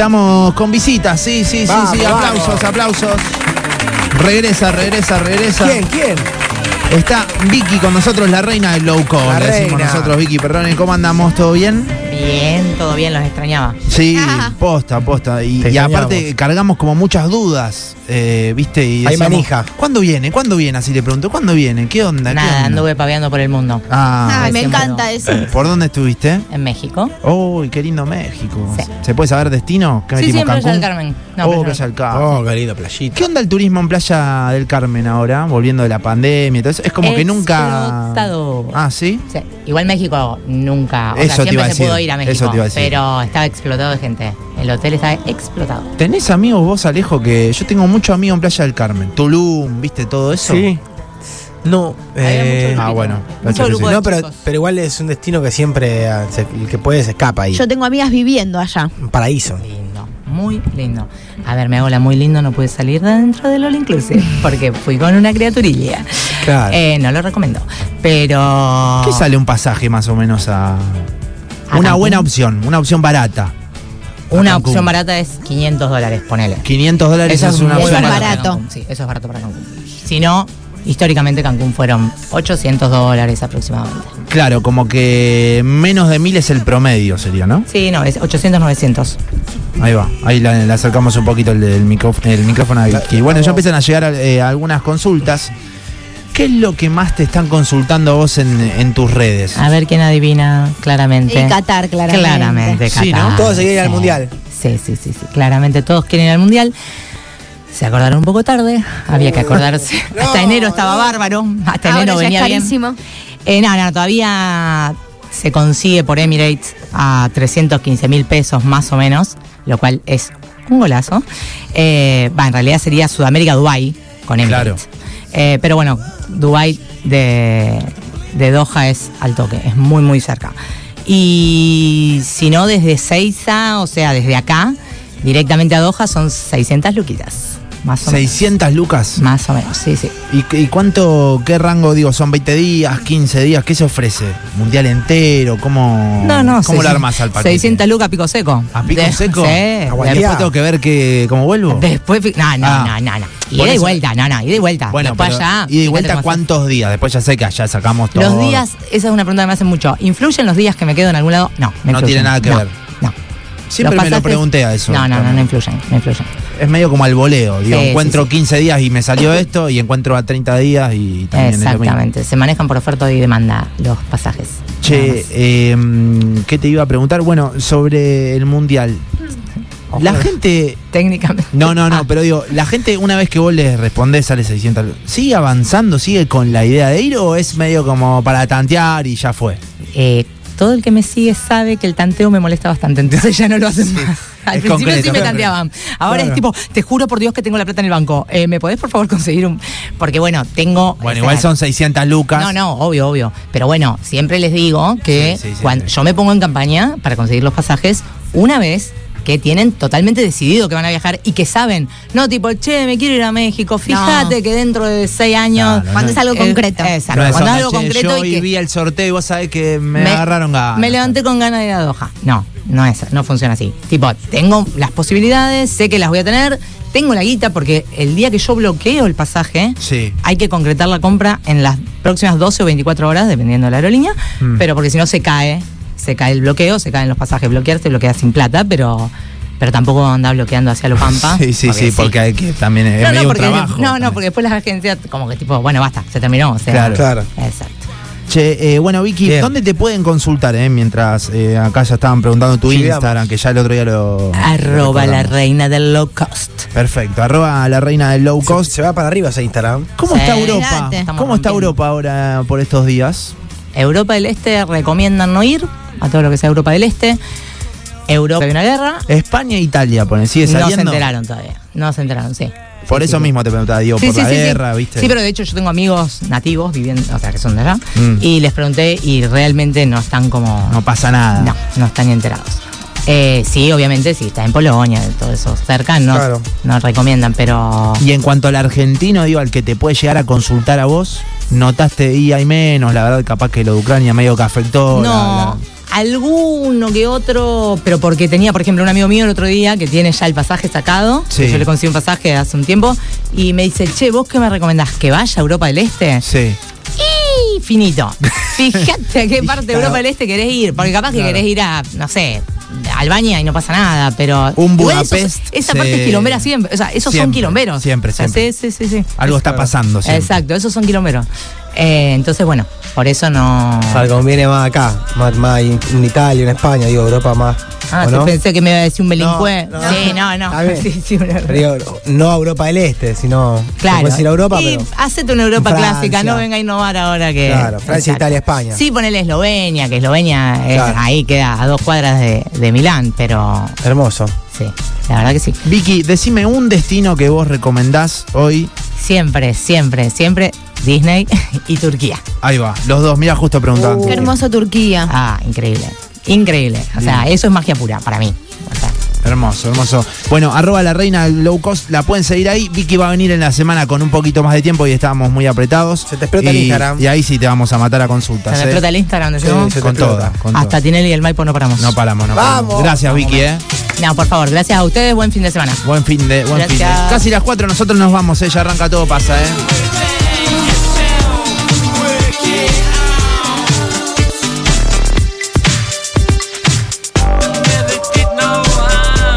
Estamos con visitas, sí, sí, Vamos, sí, sí, vamos. aplausos, aplausos. Regresa, regresa, regresa. ¿Quién? ¿Quién? Está Vicky con nosotros, la reina del low cost. La le decimos reina. nosotros, Vicky, perdón, ¿cómo andamos? ¿Todo bien? Bien, todo bien, los extrañaba. Sí, posta, posta. Y, Te y extrañamos. aparte cargamos como muchas dudas, eh, ¿viste? Y Hay decíamos, manija. ¿Cuándo viene? ¿Cuándo viene? Así le pregunto, ¿cuándo viene? ¿Qué onda? ¿Qué Nada, onda? anduve paveando por el mundo. Ah, Ay, me siempre encanta no. eso. ¿por dónde estuviste? En México. Uy, qué lindo México. Sí. ¿Se puede saber destino? ¿Qué Sí, sí, metimos, en Playa del Cancún? Carmen. oh, Playa Playa del del Carmen. Oh, querido playita. ¿Qué onda el turismo en Playa del Carmen ahora? Volviendo de la pandemia y todo eso. Es como que nunca. Explotado. Ah, sí. Carmen. Sí, Igual México nunca. O sea, Eso te siempre iba a se decir, pudo ir a México. eso te iba a decir. Pero estaba explotado de gente. El hotel estaba explotado. ¿Tenés amigos vos, Alejo? Que yo tengo muchos amigos en Playa del Carmen. Tulum, ¿viste todo eso? Sí. No, eh, Ah, bueno. Mucho grupo de no, pero, chicos. pero igual es un destino que siempre eh, se- el que puede se escapa ahí. Yo tengo amigas viviendo allá. Un paraíso. Lindo, muy lindo. A ver, me hago la muy lindo, no pude salir de dentro del All Inclusive porque fui con una criaturilla. Claro. Eh, no lo recomiendo, pero... ¿Qué sale un pasaje más o menos a. Una Ah. Cancún? buena opción, una opción barata. Una Cancún. opción barata es 500 dólares, ponele. 500 dólares Eso es, es una muy Eso opción es barato. barata. para barato. Cancún, sí, eso es barato para Cancún. Si no, históricamente Cancún fueron 800 dólares aproximadamente. Claro, como que menos de mil es el promedio, sería, ¿no? Sí, no, es 800, 900. Ahí va, ahí la- le acercamos un poquito el, el micróf- el micrófono a Vicky. Bueno, ya empiezan a llegar eh, algunas consultas. ¿Qué es lo que más te están consultando a vos en, en tus redes? A ver quién adivina claramente. Y Qatar, claramente. Claramente, Qatar. Sí, ¿no? Todos quieren ir al Sí. Mundial. Sí, sí, sí, sí. Claramente todos quieren ir al mundial. Se acordaron un poco tarde, había que acordarse. Uh. No, Hasta enero estaba bárbaro, hasta enero Ahora venía ya es bien. carísimo. Eh, no, no, todavía se consigue por Emirates a 315 mil pesos más o menos, lo cual es un golazo. Eh, va, en realidad sería Sudamérica Dubai con Emirates. Eh, pero bueno, Dubai de, de Doha es al toque, es muy muy cerca. Y si no, desde Seiza, o sea, desde acá, directamente a Doha son 600 luquitas. Más o menos. 600 lucas. Más o menos, sí, sí. ¿Y, y cuánto, qué rango digo? ¿Son 20 días, 15 días? ¿Qué se ofrece? ¿Mundial entero? ¿Cómo, No, no, ¿cómo lo 600 armas al paquete? 600 lucas pico seco. ¿A pico De- seco? Sí. Aguantá. De- Después tengo que ver que, cómo vuelvo. Después, fi- no, no, Ah. no, no, no. Por Ida y eso- vuelta, no, no, ida y vuelta. bueno, Después pero, ¿y allá, de fíjate vuelta cómo cuántos días? Después ya sé que allá sacamos haces. todo. Los días, esa es una pregunta que me hacen mucho. ¿Influyen los días que me quedo en algún lado? No, no No influyen. tiene nada que No, ver. No. Siempre me lo pasajes- pregunté a eso. No, no, no, también. no influyen, no influyen. Es medio como al voleo, digo, Sí, encuentro sí, 15 días y me salió esto y encuentro a 30 días y también es lo mismo. Exactamente, se manejan por oferta y demanda los pasajes. Nada Che, más. eh, ¿qué te iba a preguntar? Bueno, sobre el mundial. Ojo. La gente Técnicamente. no, no, no, Ah, pero digo, la gente una vez que vos les respondés sale 600. ¿Sigue avanzando? ¿Sigue con la idea de ir o es medio como para tantear y ya fue? eh, todo el que me sigue sabe que el tanteo me molesta bastante, entonces ya no lo hacen más. Al es principio sí concreto. me tanteaban. Ahora Claro. es tipo, te juro por Dios que tengo la plata en el banco. Eh, ¿Me podés por favor conseguir un.? Porque bueno, tengo. Bueno, o sea, igual son 600 lucas. No, no, obvio, obvio. Pero bueno, siempre les digo que Sí, sí, sí, cuando sí. yo me pongo en campaña para conseguir los pasajes una vez que tienen totalmente decidido que van a viajar y que saben, no tipo, che, me quiero ir a México, fíjate que dentro de seis años... No, no, Cuando no. es algo Eh, concreto. Exacto, No es cuando onda, es algo "Che, concreto yo y que... vi el sorteo y vos sabés que me, agarraron ganas. Me levanté con ganas de ir a Doha. No, no es, no funciona así. Tipo, tengo las posibilidades, sé que las voy a tener, tengo la guita porque el día que yo bloqueo el pasaje, Sí. hay que concretar la compra en las próximas 12 o 24 horas, dependiendo de la aerolínea, Mm. pero porque si no se cae, se cae el bloqueo, se caen los pasajes, bloquearse, bloquea sin plata, pero pero tampoco andar bloqueando hacia los pampas. Sí, sí, sí, porque hay que también es No, medio no, un porque, trabajo. no, no, también. porque después las agencias como que tipo, bueno, basta, se terminó. o sea, Claro. Claro. Exacto. Che, eh, bueno, Vicky, Bien. ¿dónde te pueden consultar? eh? Mientras eh, acá ya estaban preguntando tu Sí, veamos. Instagram, que ya el otro día lo. Arroba lo la recordamos. reina del low cost. Perfecto, arroba la reina del low Se, cost. se va para arriba ese Instagram. ¿Cómo Sí. está Europa? Mirate. ¿Cómo está Estamos Europa ahora por estos días? Europa del Este recomiendan no ir a todo lo que sea Europa del Este. Europa hay una guerra. España e Italia, pone, sigue No saliendo. se enteraron todavía. No se enteraron, sí. Por Sí, eso sí, sí. mismo te preguntaba, digo, Sí, por sí, la sí, sí. guerra, ¿viste? Sí, pero de hecho yo tengo amigos nativos viviendo, o sea, que son de allá, Mm. y les pregunté y realmente no están como. No pasa nada. No, no están ni enterados. Eh, sí, obviamente, sí, está en Polonia, todo eso cerca, no, Claro. no recomiendan, pero. Y en cuanto al argentino, digo, al que te puede llegar a consultar a vos, notaste y hay menos, la verdad, capaz que lo de Ucrania medio que afectó. la- No, la- Alguno que otro, pero porque tenía, por ejemplo, un amigo mío el otro día que tiene ya el pasaje sacado, Sí. que yo le conseguí un pasaje hace un tiempo, y me dice, che, ¿vos qué me recomendás? ¿Que vaya a Europa del Este? Sí. Y finito. Fíjate a qué parte de Europa del Este querés ir, porque capaz que querés ir a, no sé, a Albania y no pasa nada, pero... Un Igual eso- Budapest, Esa sí. parte es quilombera siempre, o sea, esos son Siempre, quilomberos. siempre, O sea, siempre. Sí, sí, sí, sí. Algo está pasando. siempre. Exacto, esos son quilomberos. Eh, entonces, bueno, por eso no. O sea, conviene más acá, más, más en en Italia, en España, digo, Europa más. Ah, ¿o sí, no? pensé que me iba a decir un delincuente. No, no. sí, no, no. Está bien. Sí, sí, una- Pero digo, no a Europa del Este, sino. Claro. Puedes ir a Europa, y pero. hacete una Europa Francia. clásica, no venga a innovar ahora que. Claro, Francia, Italia, España. Sí, ponele Eslovenia, que Eslovenia es- Claro. ahí queda a dos cuadras de, de Milán, pero Hermoso. sí, la verdad que sí. Vicky, decime un destino que vos recomendás hoy. Siempre, siempre, siempre Disney y Turquía. Ahí va, los dos, mira, justo Uh, preguntando. Qué hermoso Turquía. Ah, increíble. Increíble. O sea, eso es magia pura para mí. O sea, Hermoso, hermoso. Bueno, arroba la reina low cost, la pueden seguir ahí. Vicky va a venir en la semana con un poquito más de tiempo y estábamos muy apretados. Se te explota y, el Instagram. Y ahí sí te vamos a matar a consultas. se me ¿eh? explota el Instagram, decimos. Sí, se te Con explota. toda, con toda. Hasta Tinelli y el Maipo no paramos. No paramos, no paramos. Vamos. Gracias, Vicky, eh. No, por favor, gracias a ustedes, buen fin de semana. Buen fin de, buen fin de. Gracias. Casi las 4 nosotros nos vamos, eh. Ya arranca todo pasa, eh.